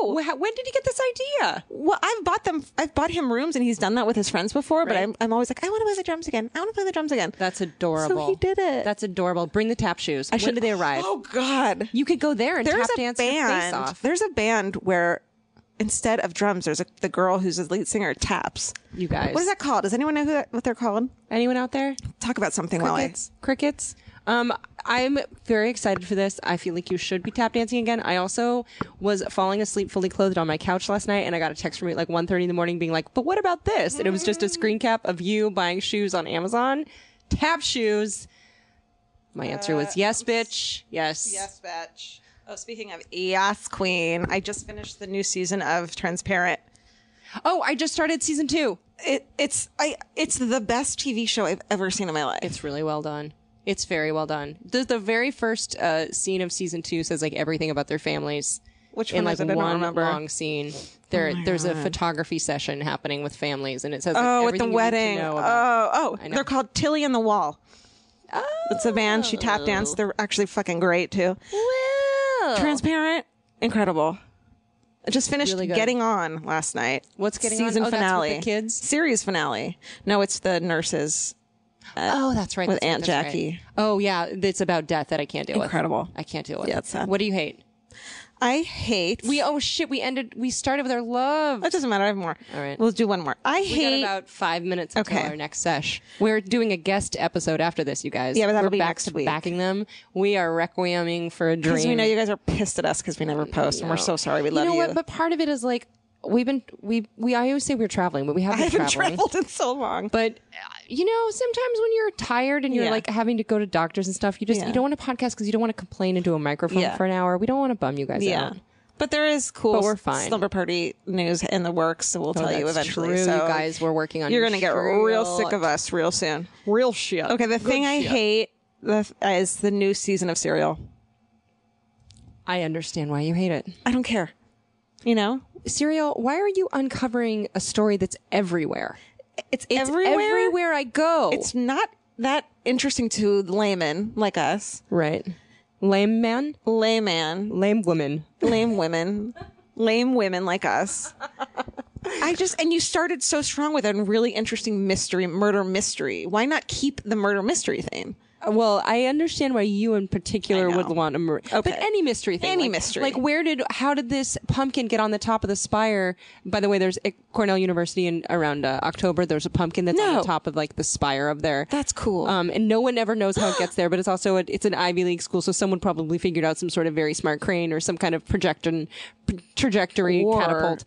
Wh- how- When did you get this idea? Well, I've bought them. I've bought him rooms, and he's done that with his friends before. But
Right.
I'm, I'm always like, I want to play the drums again. I want to play the drums again.
That's adorable.
So he did it.
That's adorable. Bring the tap shoes.
I
when
should-
do they arrive?
Oh God.
You could go there and
there's
tap
a
dance your
band.
face off.
There's a band where instead of drums, there's a, the girl who's the lead singer taps.
You guys.
What is that called? Does anyone know who that, what they're called?
Anyone out there?
Talk about something
Crickets. Crickets. Um, I'm very excited for this. I feel like you should be tap dancing again. I also was falling asleep fully clothed on my couch last night, and I got a text from you at like 1.30 in the morning being like, "But what about this?" And it was just a screen cap of you buying shoes on Amazon, tap shoes. My answer was yes, bitch. Yes.
Yes, bitch. Oh, speaking of yes, queen, I just finished the new season of Transparent.
Oh, I just started season two.
It, it's I it's the best TV show I've ever seen in my life.
It's really well done. It's very well done. The, the very first uh, scene of season two says like everything about their families.
Which
in
one
like
is it? I don't
one
remember.
long scene, there there's a photography session happening with families, and it says like,
oh, at the
everything you need to
wedding.
know
Oh,
about-
oh,
I know.
they're called Tilly and the Wall. It's a band. She
Oh.
tap danced. They're actually fucking great too.
Well.
Transparent, incredible. I just finished
Really good.
getting on last night.
What's Getting On?
season
Oh, that's with
finale?
the kids?
series finale. No, it's the nurses.
oh, that's right.
with
that's right,
Aunt
that's right.
Jackie.
Oh yeah, it's about death that I can't deal with.
Incredible.
I can't deal with.
Yeah, it's sad.
What do you hate?
I hate.
We oh shit, we ended. We started with our love.
It doesn't matter. I have more.
All right.
we'll do one more. I
We
hate.
got about five minutes until
Okay.
our next sesh. We're doing a guest episode after this, you guys.
Yeah, but that'll
We're
be
back
next
to
week.
Backing them. We are requieming for a dream.
because we know you guys are pissed at us because we never post, and we're so sorry. We love
you.
you.
know what? But part of it is like we've been we we. I always say we're traveling, but we have
I
been
haven't
traveling.
traveled in so long.
But uh, you know, sometimes when you're tired and you're
Yeah.
like having to go to doctors and stuff, you just
Yeah.
you don't want to podcast because you don't want to complain into a microphone
Yeah.
for an hour. We don't want to bum you guys
yeah.
out.
But there is cool
But we're
s-
fine. Oh,
slumber party news in the works, so we'll tell you
that's
eventually.
true, you
So
guys. We're working on
You're gonna get real
real-
sick of us real soon.
Real shit.
Okay, the thing I hate the, is the new season of Serial.
I understand why you hate it.
I don't care. You know,
Serial, why are you uncovering a story that's everywhere?
it's,
It's everywhere I go.
It's not that interesting to laymen like us,
right. Lame man,
layman,
lame woman.
lame women, lame women like us. I just and you started so strong with a really interesting mystery, murder mystery. Why not keep the murder mystery theme?
Uh, Well, I understand why you in particular
I
would
know.
want a mur- but
Okay.
any mystery thing,
Any
like,
mystery.
Like where did how did this pumpkin get on the top of the spire? By the way, there's at Cornell University in around uh, October. There's a pumpkin that's on
No.
the top of like the spire of there.
That's cool.
Um, and no one ever knows how it gets there, but it's also a, it's an Ivy League school, so someone probably figured out some sort of very smart crane or some kind of projection p- trajectory
Or-
catapult.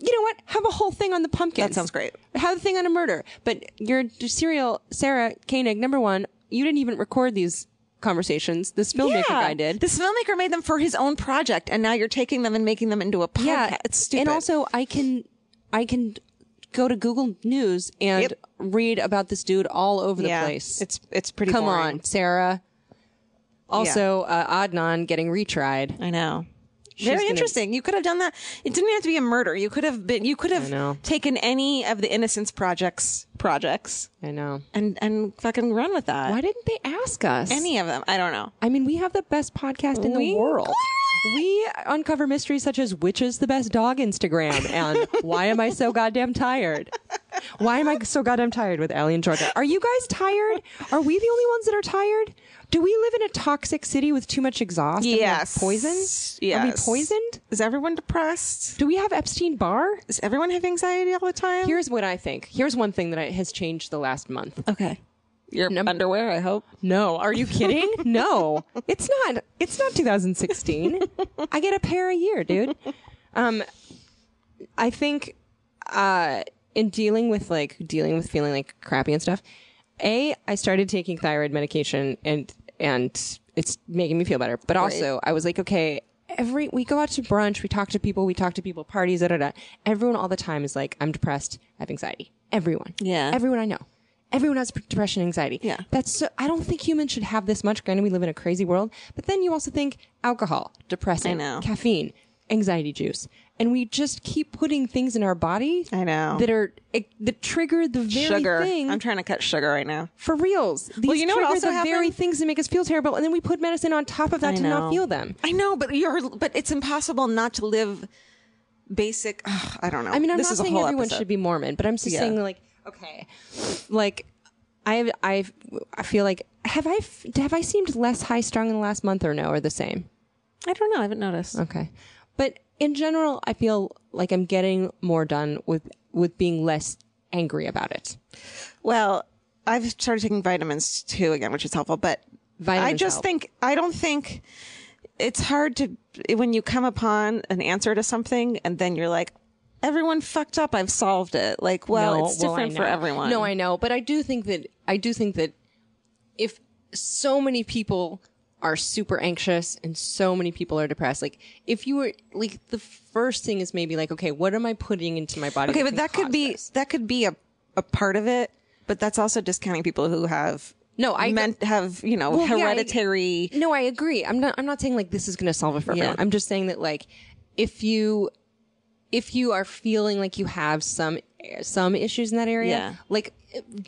You know what? Have a whole thing on the pumpkin.
That sounds great.
Have a thing on a murder. But your serial Sarah Koenig, number one, you didn't even record these conversations. This filmmaker guy did.
This filmmaker made them for his own project, and now you're taking them and making them into a podcast. it's stupid.
And also, I can, I can go to Google News and
Yep.
read about this dude all over the
yeah,
place.
it's it's pretty.
Come
boring.
on, Sarah. Also, uh, Adnan getting retried.
I know.
gonna-
Very interesting. You could have done that. It didn't have to be a murder. You could have been. You could
know.
have taken any of the Innocence Projects projects
I know.
and and fucking run with that.
Why didn't they ask us?
any of them? I don't know.
I mean, we have the best podcast in the
We-
world. We uncover mysteries such as which is the best dog Instagram and why am I so goddamn tired? Why am I so goddamn tired with Allie and Georgia? Are you guys tired? Are we the only ones that are tired? Do we live in a toxic city with too much exhaust? and, like,
Yes.
poison? Are we
Yes.
poisoned?
Is everyone depressed?
Do we have Epstein Barr?
Does everyone have anxiety all the time?
Here's what I think. Here's one thing that I, has changed the last month.
okay. Your underwear, I hope.
No, are you kidding? no, it's not. It's not 2016. I get a pair a year, dude. Um, I think, uh, in dealing with like dealing with feeling like crappy and stuff, a I started taking thyroid medication and and it's making me feel better. But also, I was like, okay. Every we go out to brunch, we talk to people, we talk to people, parties, da da da. Everyone all the time is like, I'm depressed, I have anxiety. Everyone,
Yeah.
everyone I know, everyone has depression, and anxiety.
Yeah.
That's so, I don't think humans should have this much. Granted, we live in a crazy world, but then you also think alcohol, depressant,
know.
caffeine, anxiety juice. And we just keep putting things in our body
I know.
that are that trigger the very
Sugar.
thing
I'm trying to cut sugar right now.
for reals. These
you know what
trigger
also
the very
happened?
things that make us feel terrible, and then we put medicine on top of that
I
to
know.
not feel them.
I know, but you're but it's impossible not to live basic. ugh, I don't know.
I mean, I'm
this
not
is a
saying
whole
everyone
episode.
should be Mormon, but I'm just
Yeah.
saying like okay, like I I I feel like have I have I seemed less high strung in the last month or no or the same?
I don't know. I haven't noticed.
Okay, but in general, I feel like I'm getting more done with with being less angry about it.
Well, I've started taking vitamins too again, which is helpful. But I
Vitamins
just
help.
think I don't think it's hard to when you come upon an answer to something and then you're like, everyone fucked up. I've solved it. Like, well,
No,
it's
well, I
different for
know.
everyone.
No, I know, but I do think that I do think that if so many people are super anxious and so many people are depressed, like if you were like the first thing is maybe like, okay, what am I putting into my body?
okay, but
can
that could
cause
be
this?
that could be a a part of it. But that's also discounting people who have
No, I-
meant have you know
Well, yeah, I-
hereditary.
No, I agree. I'm not. I'm not saying like this is going to solve it for everyone.
Yeah.
I'm just saying that like if you if you are feeling like you have some some issues in that area,
Yeah.
like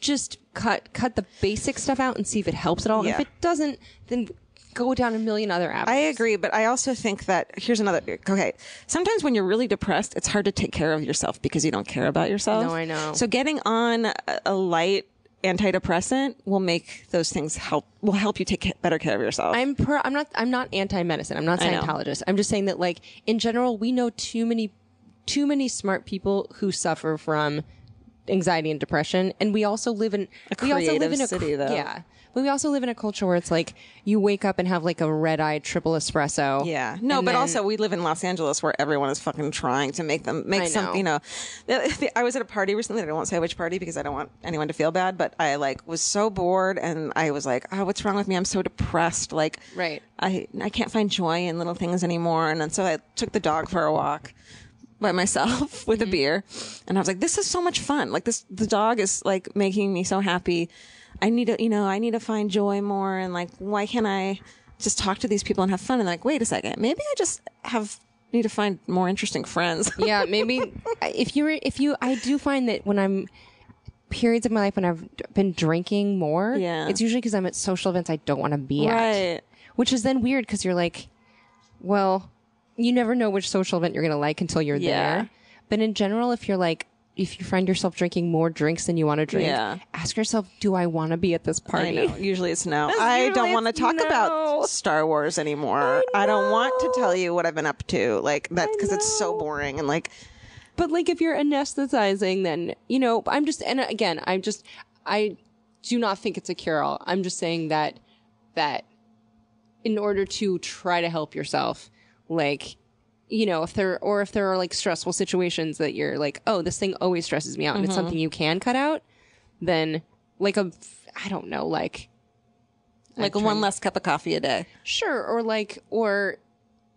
just cut cut the basic stuff out and see if it helps at all.
Yeah.
If it doesn't, then go down a million other avenues.
I agree, but I also think that here's another. Okay, sometimes when you're really depressed, it's hard to take care of yourself because you don't care about yourself.
No, I know.
So getting on a, a light antidepressant will make those things help. Will help you take ca- better care of yourself.
I'm per, I'm not I'm not anti medicine. I'm not
I know.
Scientologist. I'm just saying that like in general, we know too many too many smart people who suffer from anxiety and depression, and we also live in we also live
creative
in a
city,
cr-
though.
yeah. But we also live in a culture where it's like you wake up and have like a red eye triple espresso.
yeah. No,
And
but
then-
also we live in Los Angeles where everyone is fucking trying to make them make
I
some,
know.
you know. I was at a party recently. and I won't say which party because I don't want anyone to feel bad, but I like was so bored and I was like, "Oh, what's wrong with me? I'm so depressed." Like
Right.
I I can't find joy in little things anymore. And then so I took the dog for a walk by myself with a beer, and I was like, "This is so much fun! Like this, the dog is like making me so happy. I need to, you know, I need to find joy more. And like, why can't I just talk to these people and have fun? And like, wait a second, maybe I just have need to find more interesting friends.
yeah, maybe if you were if you I do find that when I'm periods of my life when I've d- been drinking more,
Yeah.
it's usually because I'm at social events I don't want to be
Right.
at, which is then weird because you're like, well, you never know which social event you're gonna like until you're
Yeah.
there. But in general, if you're like. If you find yourself drinking more drinks than you want to drink,
Yeah.
ask yourself, "Do I want to be at this
I
party?"
know. Usually it's no. I
usually
don't want to
it's
talk
no.
about Star Wars anymore. I, don't want to tell you what I've been up to. Like that because it's so boring and like
But like, if you're anesthetizing, then you know, I'm just, and again, I'm just, I do not think it's a cure all. I'm just saying that that in order to try to help yourself, like, you know, if there or if there are like stressful situations that you're like, oh, this thing always stresses me out, and it's something you can cut out, then like a, I don't know, like
like one less cup of coffee a day.
Sure, or like, or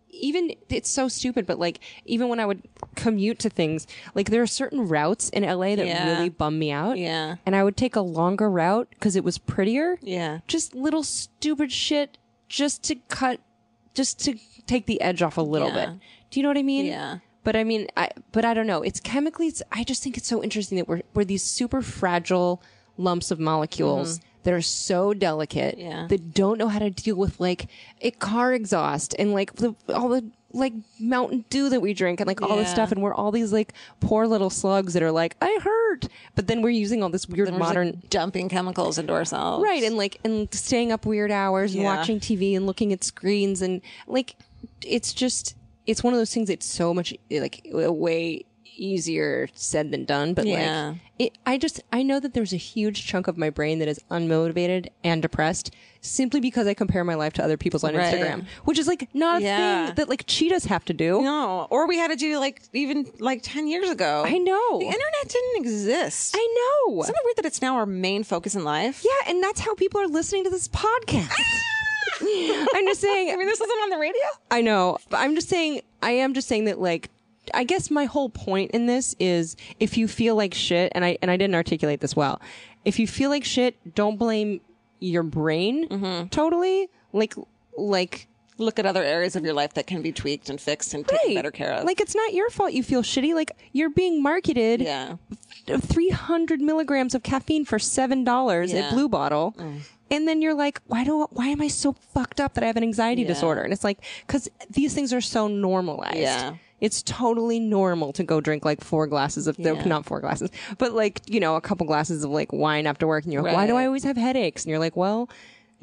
even it's so stupid, but like, even when I would commute to things, like there are certain routes in LA that
Yeah.
really bum me out.
Yeah.
and I would take a longer route because it was prettier.
Yeah.
just little stupid shit, just to cut, just to take the edge off a little
Yeah.
bit. Do you know what I mean?
Yeah.
But I mean, I but I don't know. It's chemically. It's, I just think it's so interesting that we're we're these super fragile lumps of molecules that are so delicate
Mm-hmm. Yeah.
that don't know how to deal with like a car exhaust and like the, all the like Mountain Dew that we drink and like all this
Yeah.
stuff. And we're all these like poor little slugs that are like, I hurt, but then we're using all this weird modern.
dumping chemicals into ourselves.
Right, and like and staying up weird hours and
Yeah.
watching TV and looking at screens and like it's just it's one of those things that's so much like way easier said than done but
Yeah.
like it I just I know that there's a huge chunk of my brain that is unmotivated and depressed simply because I compare my life to other people's on
Right.
Instagram which is like not a
Yeah.
thing that like cheetahs have to do
No, or we had to do like even like ten years ago.
I know.
the internet didn't exist.
I know
Isn't it weird that it's now our main focus in life?
yeah and that's how people are listening to this podcast I'm just saying
I mean, this isn't on the radio.
I know, but I'm just saying. I am just saying that, like, I guess my whole point in this is if you feel like shit, and I and I didn't articulate this well. If you feel like shit, don't blame your brain totally. Like, like.
Look at other areas of your life that can be tweaked and fixed and taken
Hey,
better care of.
Like it's not your fault you feel shitty. Like you're being marketed
Yeah.
300 milligrams of caffeine for seven dollars
Yeah. Oh.
at Blue Bottle, and then you're like, why do why am I so fucked up that I have an anxiety disorder? And it's like because these things are so normalized.
Yeah.
it's totally normal to go drink like four glasses of no,
Yeah.
not four glasses, but like you know a couple glasses of like wine after work, and you're like, why do
Right.
I always have headaches? And you're like, well.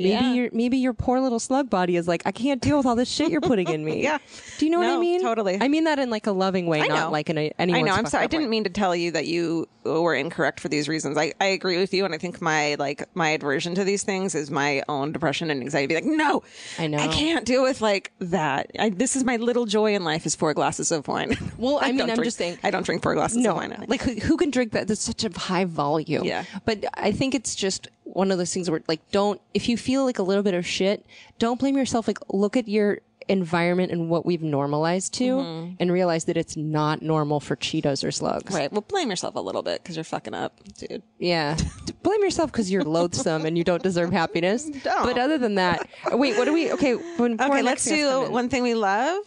Maybe
Yeah.
your maybe your poor little slug body is like I can't deal with all this shit you're putting in me.
Yeah.
do you know what I
No,
mean?
totally.
I mean that in like a loving way,
I
not
know.
like in a
I
anyone's
know. I'm sorry. I
fucked up way.
didn't mean to tell you that you were incorrect for these reasons. I, I agree with you, and I think my like my aversion to these things is my own depression and anxiety. Be like, no,
I know.
I can't deal with like that. I, this is my little joy in life is four glasses of wine.
Well, I mean,
don't
I'm
drink-
just saying-
I don't drink four glasses of wine.
Like who, who can drink that? That's such a high volume.
Yeah.
But I think it's just one of those things where like don't if you feel like a little bit of shit, don't blame yourself. Like look at your environment and what we've normalized to and realize that it's not normal for Cheetos or slugs.
Mm-hmm. right. Well, blame yourself a little bit because you're fucking up, dude.
Yeah. D- blame yourself because you're loathsome and you don't deserve happiness. But other than that, wait, what do we okay, when before
Okay,
our next
let's
guest come
do
in.
one thing we love.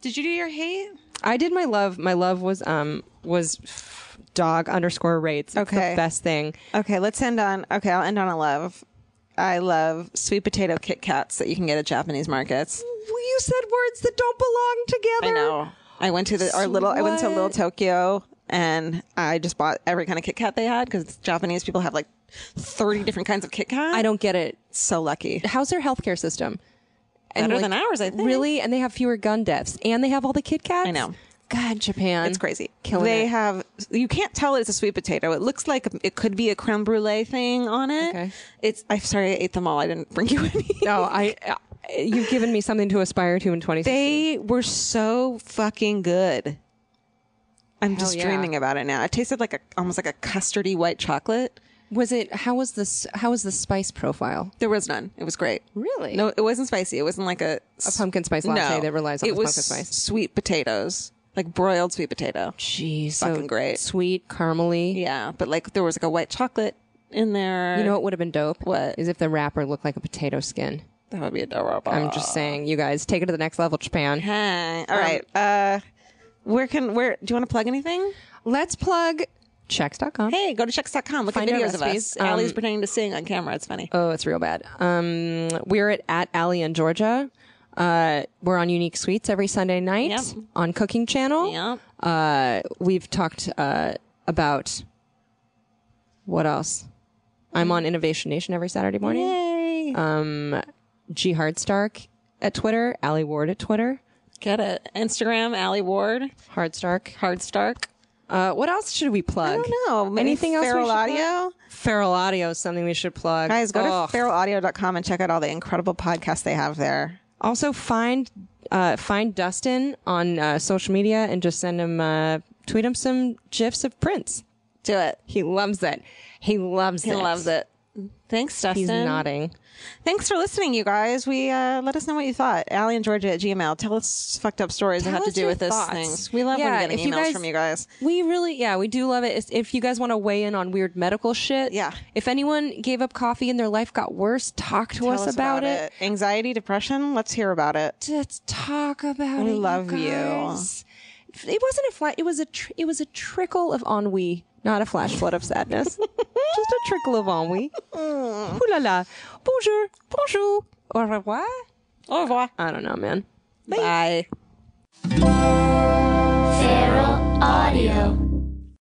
Did you do your hate?
I did my love. My love was um was dog underscore rates. It's
Okay.
the best thing.
Okay, let's end on. Okay, I'll end on a love. I love sweet potato Kit Kats that you can get at Japanese markets.
Well, you said words that don't belong
I
together.
know. I went to the our little. I went to Little
What?
Tokyo and I just bought every kind of Kit Kat they had because Japanese people have like thirty different kinds of Kit Kat.
I don't get it.
So lucky.
How's their healthcare system?
Better than ours, I think.
Really? And they have fewer gun deaths, and they have all the Kit Kats.
I know.
God, Japan.
It's crazy.
Killing
they
it.
have. You can't tell it's a sweet potato. It looks like it could be a creme brulee thing on it.
Okay.
It's. I'm sorry, I ate them all. I didn't bring you any.
no, I. Uh, you've given me something to aspire to in 2016.
They were so fucking good. I'm just
yeah.
dreaming about it now. It tasted like a almost like a custardy white chocolate.
was it? How was this? How was the spice profile?
There was none. It was great.
Really?
No, it wasn't spicy. It wasn't like a,
A pumpkin spice latte
no.
that relies on
it
the
was
pumpkin spice.
Sweet potatoes, like broiled sweet potato.
Jeez, so
Fucking great.
sweet, caramely.
Yeah, but like there was like a white chocolate in there.
You know what would have been dope?
What?
is if the wrapper looked like a potato skin?
that would be adorable.
I'm Um, just saying, you guys take it to the next level, Japan.
Hey, all right. Uh, where can where do you want to plug anything?
Let's plug checks.com.
Hey, go to checks.com. Look at
Find our
videos of us.
recipes. Um,
Allie's pretending to sing on camera. It's funny.
Oh, it's real bad. Um, we're at, at Alley in Georgia. Uh, we're on Unique Sweets every Sunday night
Yep.
on Cooking Channel.
Yep.
Uh, we've talked uh, about what else? I'm on Innovation Nation every Saturday morning. Um,
Yay.
G Hardstark at Twitter. Allie Ward at Twitter.
Get it. Instagram, Allie Ward,
Hardstark.
Hard Stark.
Uh, what else should we plug?
I don't know. Maybe
Anything else? we
Feral
should plug?
Audio?
Feral Audio is something we should plug.
Guys, go
Ugh.
to feralaudio.com and check out all the incredible podcasts they have there.
Also, find uh, find Dustin on uh, social media and just send him uh, tweet him some gifs of Prince.
Do it.
He loves it. He loves
He
it.
loves it. Thanks, Dustin.
He's nodding.
Thanks for listening, you guys. We uh, let us know what you thought. Allie and Georgia at Gmail. Tell us fucked up stories that
Tell
have to
us
do
your
with this
thoughts.
things. We love
Yeah,
when we
if
get
you
emails
guys-
from you guys.
We really, yeah, we do love it. It's- If you guys want to weigh in on weird medical shit,
Yeah.
If anyone gave up coffee and their life got worse, talk to
Tell
us, about, it.
Anxiety, depression. Let's hear about it.
Let's talk about
We
it.
love you.
you. guys. It wasn't a flat. It was a. Tr- it was a trickle of ennui, not a flash flood of sadness. Just a trickle of ennui. Ooh la la. Bonjour. Bonjour. Au revoir.
Au revoir.
I don't know, man.
Bye.
Feral